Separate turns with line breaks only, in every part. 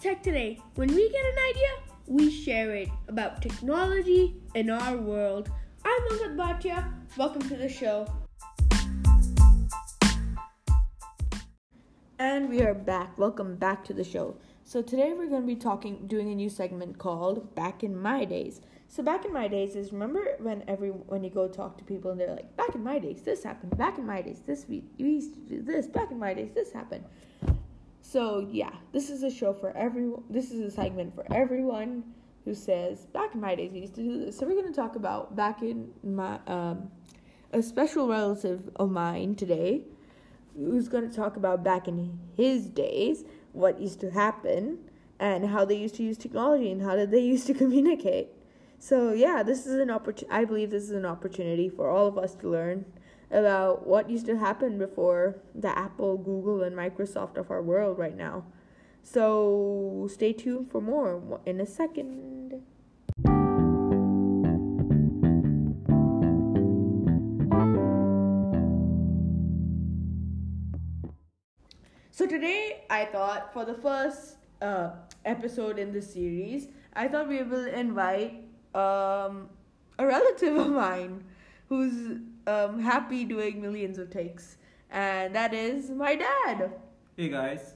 Tech Today. When we get an idea, we share it about technology in our world. I'm Angad Bhatia. Welcome to the show.
And we are back. Welcome back to the show. So today we're going to be talking doing a new segment called Back in My Days. So back in my days is remember when every when you go talk to people and they're like back in my days this happened, back in my days this we, we used to do this, back in my days this happened. So yeah, this is a show for everyone. This is a segment for everyone who says back in my days we used to do this. So we're going to talk about back in my um a special relative of mine today who's going to talk about back in his days what used to happen and how they used to use technology and how did they used to communicate so yeah this is an opportunity i believe this is an opportunity for all of us to learn about what used to happen before the apple google and microsoft of our world right now so stay tuned for more in a second So today, I thought for the first uh, episode in this series, I thought we will invite um, a relative of mine who's um, happy doing millions of takes, and that is my dad.
Hey guys,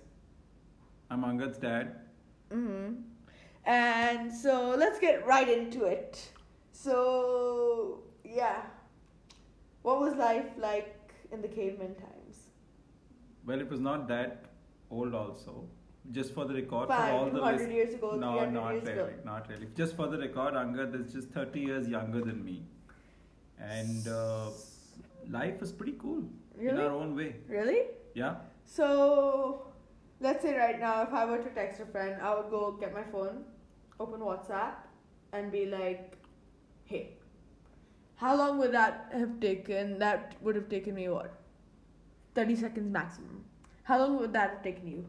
I'm Angad's dad.
hmm And so let's get right into it. So yeah, what was life like in the caveman times?
Well, it was not that old, also. Just for the record,
Five,
for all the
200
list-
years ago,
no,
300
not
years
really,
ago.
not really. Just for the record, Angad is just 30 years younger than me, and uh, life was pretty cool in
Really?
our own way.
Really?
Yeah,
So, let's say right now, if I were to text a friend, I would go get my phone, open WhatsApp, and be like, hey, how long would that have taken? That would have taken me what? 30 seconds maximum. How long would that have taken you?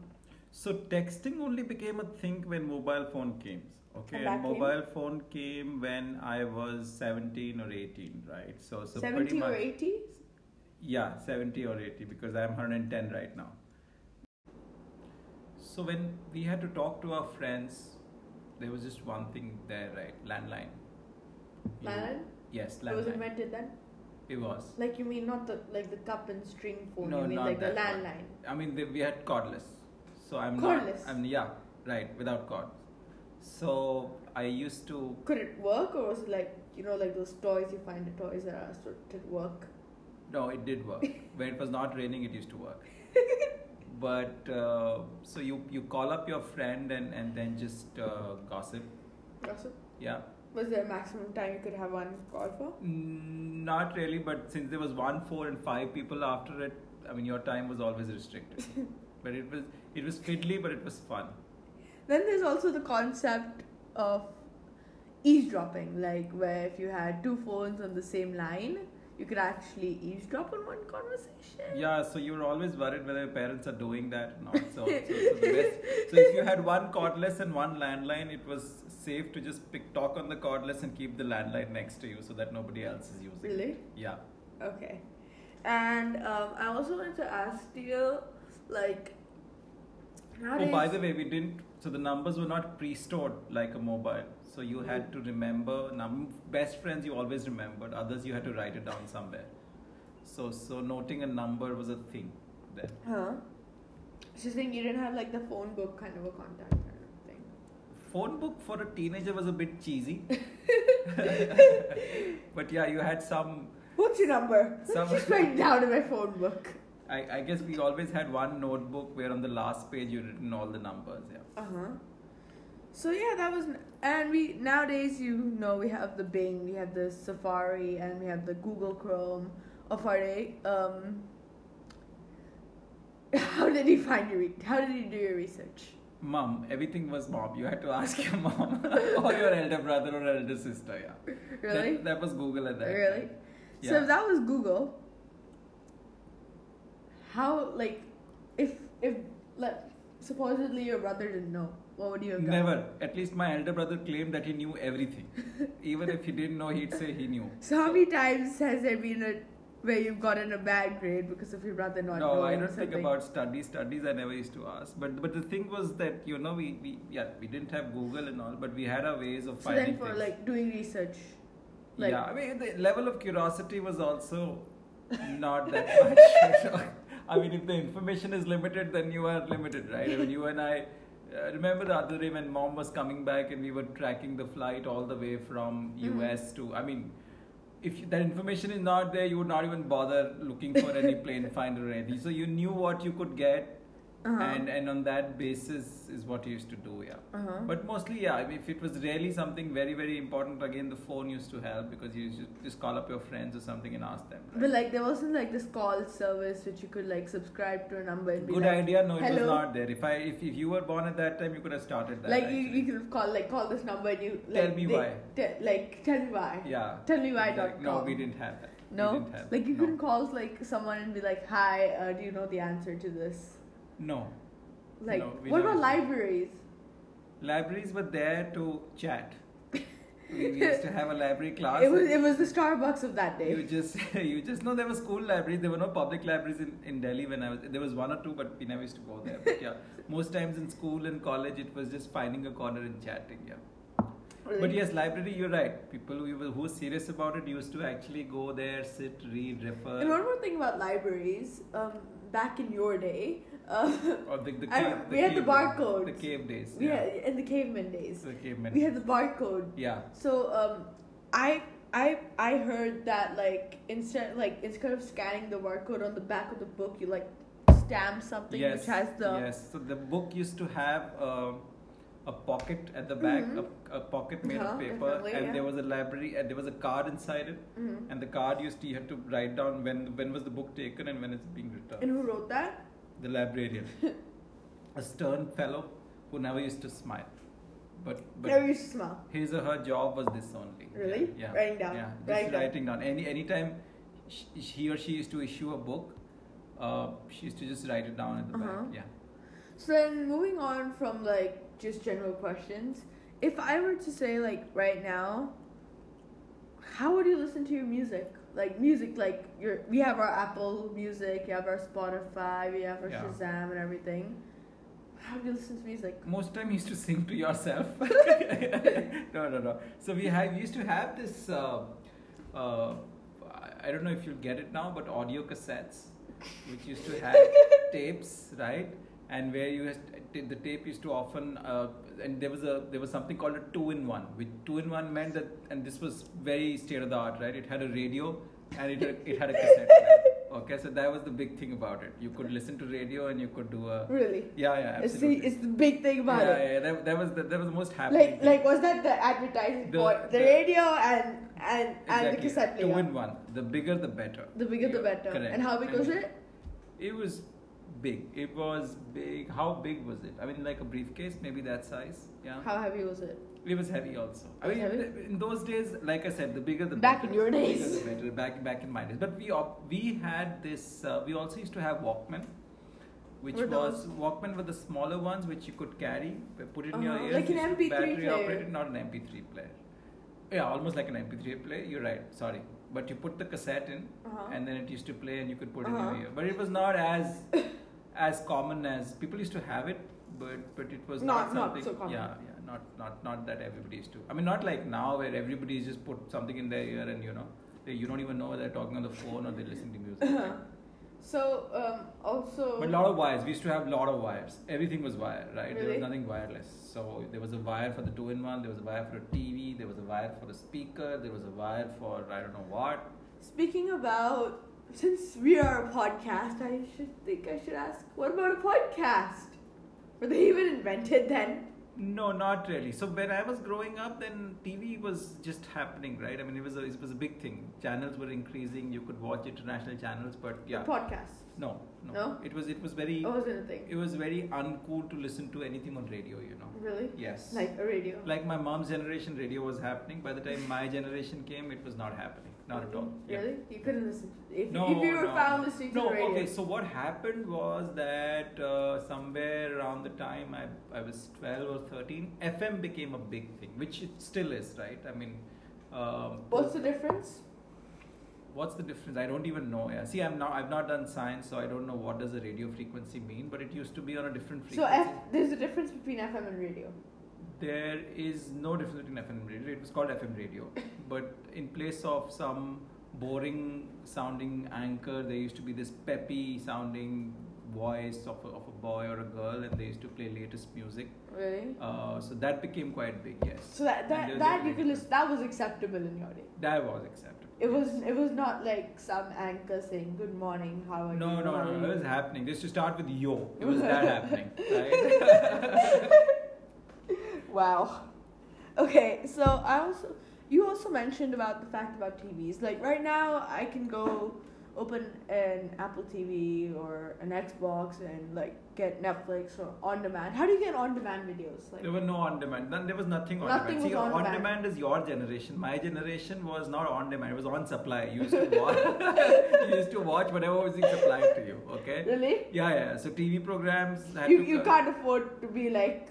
So texting only became a thing when mobile phone came. Okay,
And
and,
that came-
mobile phone came when I was 17 or 18, right? So, so
70
pretty much,
or 80?
Yeah, 70 or 80 because I'm 110 right now. So when we had to talk to our friends, there was just one thing there, right? Landline. You-
Landline?
Yes,
It was
landline.
invented then?
It was.
Like you mean not the like the cup and string phone?
No,
Oh, you mean
not
like the
that one.
landline?
I mean, they, we had cordless. So I'm
Cordless?
Not, I'm yeah, right, without cord. So I used to
Could it work, or was it like you know like those toys you find at Toys R Us? or Did it work?
No, it did work. when it was not raining, it used to work. but uh, so you you call up your friend and and then just uh, gossip.
Also,
Yeah,
was there a maximum time you could have one call for?
Mm, not really. But since there was one, four, and five people after it, I mean, your time was always restricted. but it was it was fiddly, but it was fun.
Then there's also the concept of eavesdropping, like where if you had two phones on the same line, you could actually eavesdrop on one conversation.
Yeah, so you were always worried whether your parents are doing that or not. So, so, so, the best, so if you had one cordless and one landline, it was safe to just pick talk on the cordless and keep the landline next to you so that nobody else is using
Really?
it. Yeah.
Okay. And um, I also wanted to ask you, like, nowadays,
Oh, by the way, we didn't. So the numbers were not pre-stored like a mobile. So you had to remember num best friends you always remembered. Others you had to write it down somewhere. So so noting a number was a thing then.
huh? She's saying you didn't have like the phone book kind of a contact kind of thing.
Phone book for a teenager was a bit cheesy. but yeah, you had some.
What's your number?
Some-
Just write it down in my phone book.
I, I guess we always had one notebook where on the last page you written all the numbers. Yeah.
Uh huh. So yeah, that was, and we nowadays you know we have the Bing, we have the Safari, and we have the Google Chrome of our day. Um, how did you find your? Re- how did you do your research?
Mom, everything was mom. You had to ask your mom or your elder brother or elder sister. Yeah.
Really,
That, that was Google at that. time.
really. So
Yeah.
if that was Google, how like, if if like supposedly your brother didn't know, what would you have done?
Never. At least my elder brother claimed that he knew everything. Even if he didn't know, he'd say he knew.
So how many times has there been a where you've gotten a bad grade because of your brother not
no,
knowing
I don't
something.
think about studies. Studies I never used to ask. But but the thing was that you know we, we yeah we didn't have Google and all, but we had our ways of
So
finding
then for
things.
like doing research, like
yeah, I mean the level of curiosity was also not that much. I mean, if the information is limited, then you are limited, right? I mean, you and I. Uh, remember the other day when mom was coming back and we were tracking the flight all the way from US to. I mean, if you, that information is not there, you would not even bother looking for any plane find already. So you knew what you could get,
Uh-huh.
and and on that basis is what you used to do, yeah.
Uh-huh.
But mostly, yeah, if it was really something very, very important, again, the phone used to help because you just, just call up your friends or something and ask them.
but like there wasn't like this call service which you could like subscribe to a number and be
Good
like,
idea. No, it was
hello?
not there. If I, if, if you were born at that time, you could have started that.
like you, you
actually.
could call like call this number and you
Tell
like
me
they-
why.
te- like tell me why
yeah.
tell me why
Like,
dot
no,
com.
we didn't have that. We
no
didn't have
like you
that.
can call like someone and be like hi uh, do you know the answer to this
no. no.
like
No, we
what about
never-
libraries
Libraries were there to chat. we we used to have a library class.
it was it was the Starbucks of that
You
day
just, you just know there were school libraries. There were no public libraries in, in Delhi when I was. There was one or two, but we never used to go there. But yeah, most times in school and college, it was just finding a corner and chatting. Yeah. But
Really?
yes, library. You're right. People who were who were serious about it used to actually go there, sit, read,
and one
refer.
more thing about libraries um back in your day uh,
Or Oh, the, the,
I-
cave,
we had the
cave days,
barcodes.
The cave days.
we
yeah.
had, in the caveman days
the cavemen.
we had the barcode
yeah.
So um, I I I heard that like instead like instead of scanning the barcode on the back of the book, you like stamp something
yes,
which has the
yes. So the book used to have um, a pocket at the back, a, a pocket made
Yeah,
of paper,
Mm-hmm. Uh-huh, definitely,
and
yeah.
there was a library, and there was a card inside it,
Mhm.
and the card used to you had to write down when when was the book taken and when it's being returned.
And who wrote that?
the librarian, a stern fellow who never used to smile, but but
Never used to smile.
his or her job was this only.
Really?
Yeah. yeah.
Writing down.
Yeah. Just
Writing down.
writing down. Any anytime sh- he or she used to issue a book, uh, she used to just write it down at the
Uh-huh.
back. Yeah.
So then moving on from like just general questions, if I were to say like right now, how would you listen to your music? Like music, like your we have our Apple Music, you have our Spotify, we have our
Yeah.
Shazam and everything. How do you listen to music?
Most time you used to sing to yourself. no, no, no. So we have we used to have this. Uh, uh, I- I don't know if you'll get it now, but audio cassettes, which used to have tapes, right? And where you had- the tape used to often uh, and there was a there was something called a two in one, which two in one meant that and this was very state of the art, right? It had a radio and it it had a cassette. player. Okay, so that was the big thing about it. You could listen to radio and you could do a
Really?
yeah yeah
It's the,
absolutely
it's the big thing about
yeah,
it.
yeah, that, that was the, that was the most happening.
Like like was that the advertising
The-
for the,
the-
radio and and and the cassette
Two
player?
in one. The bigger, the better.
The bigger the
Yeah,
better.
Correct.
And how big was it?
It was big. It was big. How big was it? I mean, like a briefcase, maybe that size. Yeah.
How heavy was it?
It was heavy also. I
Was
mean,
heavy?
th- in those days, like I said, the bigger the
Back
better.
in your
The bigger
days.
the better. Back back in my days. But we op- we had this. Uh, we also used to have Walkman, which
Were
was Walkman were the smaller ones which you could carry, put it in your
Uh-huh.
ears.
Like an
it's
MP3
battery
player.
operated, not an MP3 player. Yeah, almost like an MP3 player. You're right. Sorry, but you put the cassette in,
Uh-huh.
and then it used to play, and you could put it in
Uh-huh.
your ear. But it was not as as common as people used to have it, but but it was
Not-
not,
not
something.
so common.
Yeah, yeah, not not not that everybody used to. I mean, not like now where everybody is just put something in their ear and you know they, you don't even know whether they're talking on the phone or they're listening to music.
Uh-huh.
right?
So um also
But a lot of wires. We used to have a lot of wires. Everything was wire, right? There
Really?
was nothing wireless. So there was a wire for the two-in-one. There was a wire for a TV. There was a wire for a speaker. There was a wire for I don't know what.
Speaking about, since we are a podcast, I should think I should ask, what about a podcast? Were they even invented then?
No, not really. So when I was growing up, then TV was just happening, right? I mean, it was a, it was a big thing. Channels were increasing. You could watch international channels, but yeah,
Podcasts.
no, no,
No? Oh.
It was it was very
I was gonna think.
it was very uncool to listen to anything on radio. You know.
Really?
Yes.
Like a radio.
Like my mom's generation, radio was happening. By the time my generation came, it was not happening. Not at all. Yeah.
Really? You couldn't listen. If,
No,
if you were
no,
found
no.
listening to
no,
the radio.
okay. So what happened was that uh, somewhere around the time I, I was 12 or 13, FM became a big thing, which it still is, right? I mean, um,
What's the difference?
what's the difference? I don't even know. Yeah. See, I'm now I've not done science, so I don't know what does a radio frequency mean. But it used to be on a different frequency.
So F, there's a difference between FM and radio.
There is no difference between FM radio. It was called FM radio, but in place of some boring sounding anchor, there used to be this peppy sounding voice of a, of a boy or a girl, and they used to play latest music.
Really?
Uh, so that became quite big. Yes.
So that
And
that,
there's
that
a
you could
radio-
listen, that was acceptable in your day.
That was acceptable.
It
yes.
was it was not like some anchor saying good morning, how are
No,
you?
no,
How
no,
are
no. It
you?"
was happening. Just to start with yo, it was that happening, right?
Wow. Okay, so I also you also mentioned about the fact about TVs. Like right now, I can go open an Apple TV or an Xbox and like get Netflix or on demand. How do you get on demand videos? Like
There were no on demand. None- There was nothing on
Nothing
demand. See,
was on
on
demand.
demand is your generation. My generation was not on demand. It was on supply. You used to watch. you used to watch whatever was being supplied to you. Okay.
really,
Yeah, yeah. So TV programs. Had
you
to
you
co-
can't afford to be like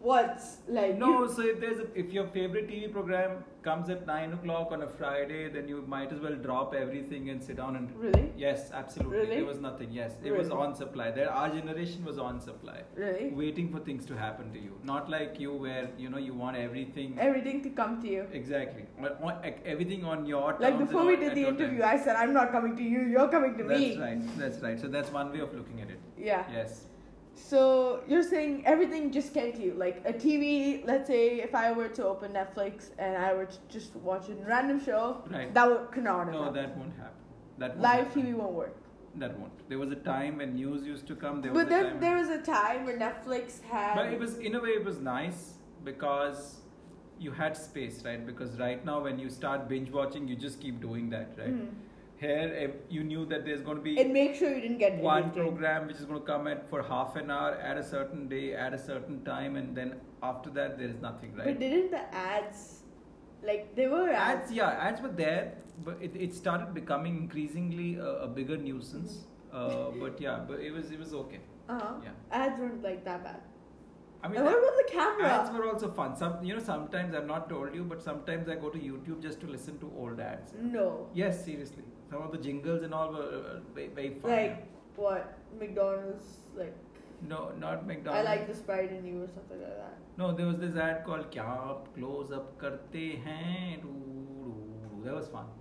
what's like
No,
you-
so if there's a, if your favorite TV program comes at nine o'clock on a Friday, then you might as well drop everything and sit down and
really
Yes, absolutely.
Really?
There was nothing. Yes, it was
Really?
on supply. There, our generation was on supply,
really
waiting for things to happen to you. Not like you, where you know you want everything.
everything to come to you.
exactly, But on- e- everything on your terms
Like
and
before we
on-
did
at
the
your
interview,
terms.
I said I'm not coming to you. You're coming to me.
That's right. That's right. So that's one way of looking at it.
Yeah.
Yes.
So you're saying everything just came to you, like a TV. Let's say if I were to open Netflix and I were to just watch a random show,
Right.
that would could not
No,
happen.
that won't happen. That won't
live
happen.
TV won't work.
That won't. There was a time when news used to come. There
but
was a
then
time
there was a time where Netflix had.
But it was in a way it was nice because you had space, right? Because right now when you start binge watching, you just keep doing that, right?
Mhm.
Here ev- you knew that there's going to be
And make sure you didn't get
one
addicted.
program which is going to come at for half an hour at a certain day at a certain time, and then after that there is nothing,
But
right?
didn't the ads, like there were ads?
ads, yeah, ads were there, but it, it started becoming increasingly a, a bigger nuisance. Uh, but yeah, but it was it was okay.
Uh huh.
Yeah,
Ads weren't like that bad.
I mean.
and what about the camera?
Ads were also fun. Some, you know, sometimes I've not told you, but sometimes I go to YouTube just to listen to old ads.
no.
Yes, seriously, some of the jingles and all were uh, very, very fun.
Like what McDonald's like.
no, not
I
McDonald's.
like the sprite in you or something like that.
No, there was this ad called "क्या आप close up करते हैं?" Doo, doo, doo. That was fun.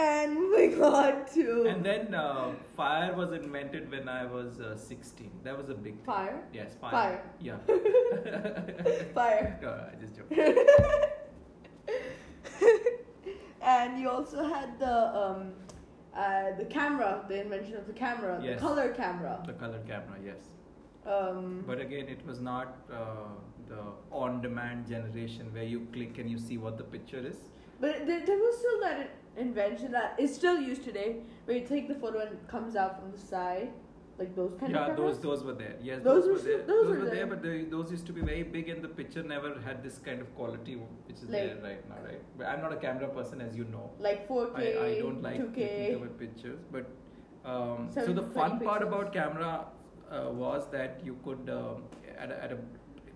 And moving on to
And then uh, fire was invented when I was uh, 16. That was a big thing.
fire.
Yes, fire.
Fire.
Yeah.
Fire.
No, I just joking.
and you also had the um, uh, the camera, the invention of the camera,
Yes.
the color camera.
The color camera, yes.
Um,
But again, it was not uh, the on-demand generation where you click and you see what the picture is.
but there, there was still that in- invention that is still used today, where you take the photo and it comes out from the side, like those kind
yeah,
of cameras.
those those were there. Yes,
Those
those,
were
were there.
still- those were
were
there.
there, but they, those used to be very big, and the picture never had this kind of quality which is
Like-
there right now, right? But I'm not a camera person, as you know.
like 4K,
I, I don't like taking
2K.
cover pictures, but um, so
Seven
the
to
fun
twenty
part
pixels.
about camera uh, was that you could um, at a, at a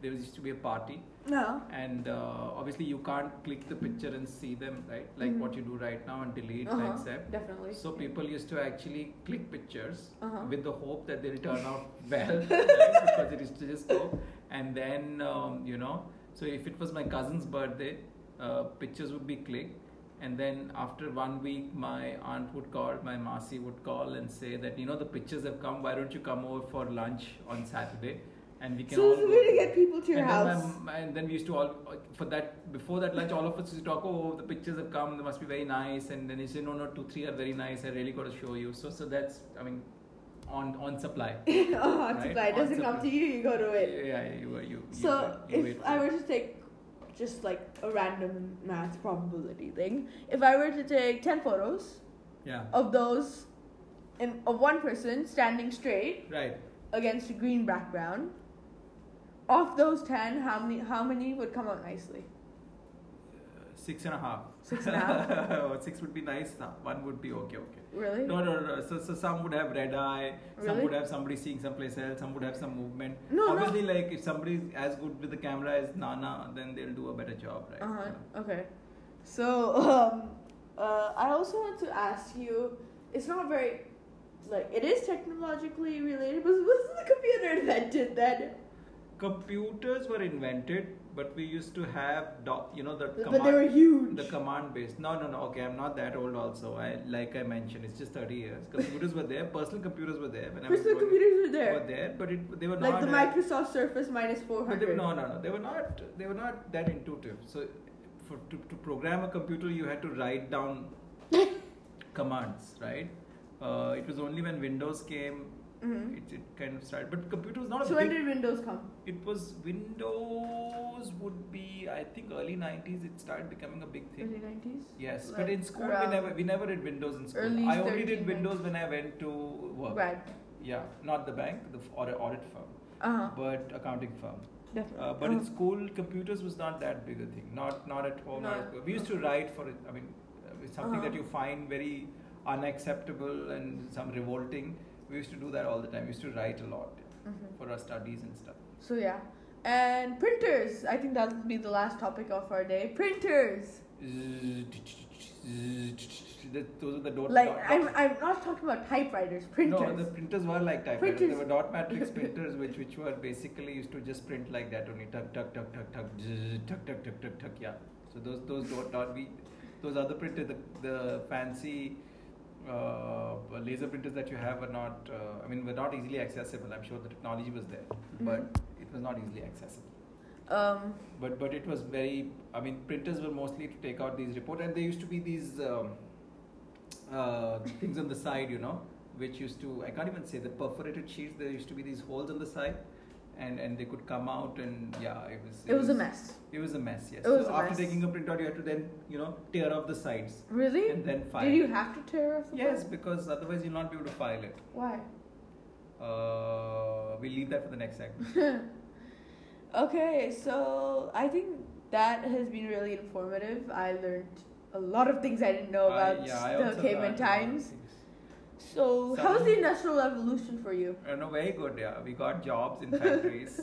there used to be a party
No.
and uh, obviously you can't click the picture and see them right like
Mhm.
what you do right now and delete and
Uh-huh,
accept
definitely.
so people used to actually click pictures
Uh-huh.
with the hope that they'll turn out well right? because it is to just hope. And then um, you know, so if it was my cousin's birthday, uh, pictures would be clicked. And then after one week, my aunt would call, my Masi would call and say that you know the pictures have come. Why don't you come over for lunch on Saturday, and we can
So
all
it's a
go
way to
to-
get people to your
and
house.
Then my, and then we used to all for that before that lunch, all of us used to talk. Oh, the pictures have come. They must be very nice. And then he said, No, no, two, three are very nice. I really got to show you. So, so that's I mean, on on supply.
oh,
Right?
supply. It
On
doesn't come to
supply.
you, you go to it.
Yeah, yeah, you were you. you
So
were- you
if
wait
I
for-
were to take just like a random math probability thing, if I were to take ten photos
yeah,
of those in of one person standing straight
right.
against a green background, of those ten, how many how many would come out nicely?
Uh, Six and a half.
Six and a half?
Six would be nice. uh, One would be okay. Okay.
really?
No, no, no. So, so some would have red eye. Some
Really?
would have somebody seeing someplace else. Some would have some movement.
No, no.
Obviously, like if somebody's as good with the camera as Nana, then they'll do a better job, right?
Uh huh.
So-
Okay. So um, uh, I also want to ask you. It's not very, like it is technologically related, but was the computer invented then?
Computers were invented, but we used to have, doc, you know, the
but they were huge.
the command based no no no okay i'm not that old also i like i mentioned it's just 30 years computers were there personal computers were there when I was
Personal
growing up,
computers were there.
were there but it, they were
Like
not
the
as-
Microsoft Surface minus four
but they were,
hundred.
no no no they were not they were not that intuitive so for, to, to program a computer you had to write down commands right uh, it was only when windows came
Mhm.
it, it kind of started but computer was not a
So when
big,
did Windows come?
it was windows would be i think early 90s it started becoming a big thing
Early nineties.
Yes, but
Like,
in school we
around-
never we never did Windows in school.
Early
I only
13,
did Windows when I went to work.
Right.
Yeah, not the bank, the f- or audit firm,
Uh huh. Oh.
but accounting firm.
Definitely.
Uh, but in school, computers was not that big a thing. Not not at home. not at
Not-
school. we used to write for it. I mean, uh, it's something that
Uh-huh.
you find very unacceptable and some revolting. We used to do that all the time. We used to write a lot
Mhm.
for our studies and stuff.
So yeah. And printers. I think that will be the last topic of our day. Printers.
That- Those are the dot.
Like
dot-
I'm, I'm not talking about typewriters. Printers.
No, the printers were like typewriters. They
Printers.
were dot matrix printers, which which were basically used to just print like that only. Tuck, tuck, tuck, tuck, tuck, zzz, tuck, tuck, tuck, tuck, tuck. Yeah. So those those dot dot we, those other printers, the the fancy. Uh, laser printers that you have are not, uh, I mean, were not easily accessible. I'm sure the technology was there,
Mm-hmm.
but it was not easily accessible.
um.
But but it was very, I mean, printers were mostly to take out these report, and there used to be these um, uh, things on the side, you know, which used to I can't even say the perforated sheets. There used to be these holes on the side, and and they could come out, and yeah, it was
It was a mess.
It was a mess. Yes.
It was
so
a
after
mess.
taking a print out, you had to then you know tear off the sides
Really?
and then file.
Did you have to tear off the
Yes,
button?
because otherwise you'll not be able to file it.
Why?
Uh, we leave that for the next segment.
Okay, so I think that has been really informative. I learned a lot of things I didn't know about
I, yeah, I
the
also
caveman
learned a lot of
times.
things.
So,
Some-
how was the Industrial Revolution for you?
Uh, no, very good. Yeah, we got jobs in factories.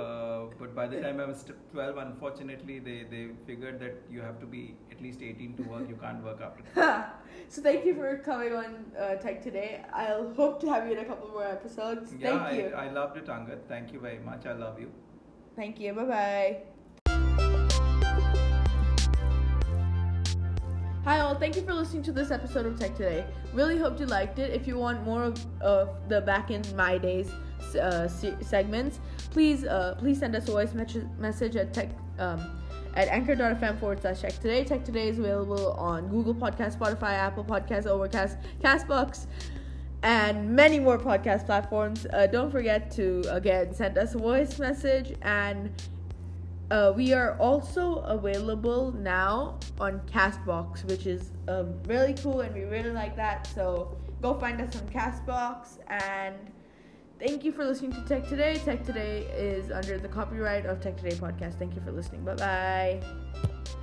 uh, but by the time I was t- 12, unfortunately, they, they figured that you have to be at least 18 to work. You can't work after. that.
so, thank you for coming on uh, Tech Today. I'll hope to have you in a couple more episodes.
yeah,
thank you.
I, I loved it, Angad. Thank you very much. I love you.
Thank you. Bye bye. Hi all, thank you for listening to this episode of Tech Today. Really hoped you liked it. If you want more of, of the back in my days uh, se- segments, please uh, please send us a voice met- message at tech um, at anchor.fm forward slash tech today. Tech Today is available on Google Podcast, Spotify, Apple Podcasts, Overcast, Castbox, and many more podcast platforms. Uh, don't forget to again send us a voice message and uh, we are also available now on Castbox, which is um, really cool and we really like that. So go find us on Castbox and thank you for listening to Tech Today. Tech Today is under the copyright of Tech Today Podcast. Thank you for listening. Bye bye.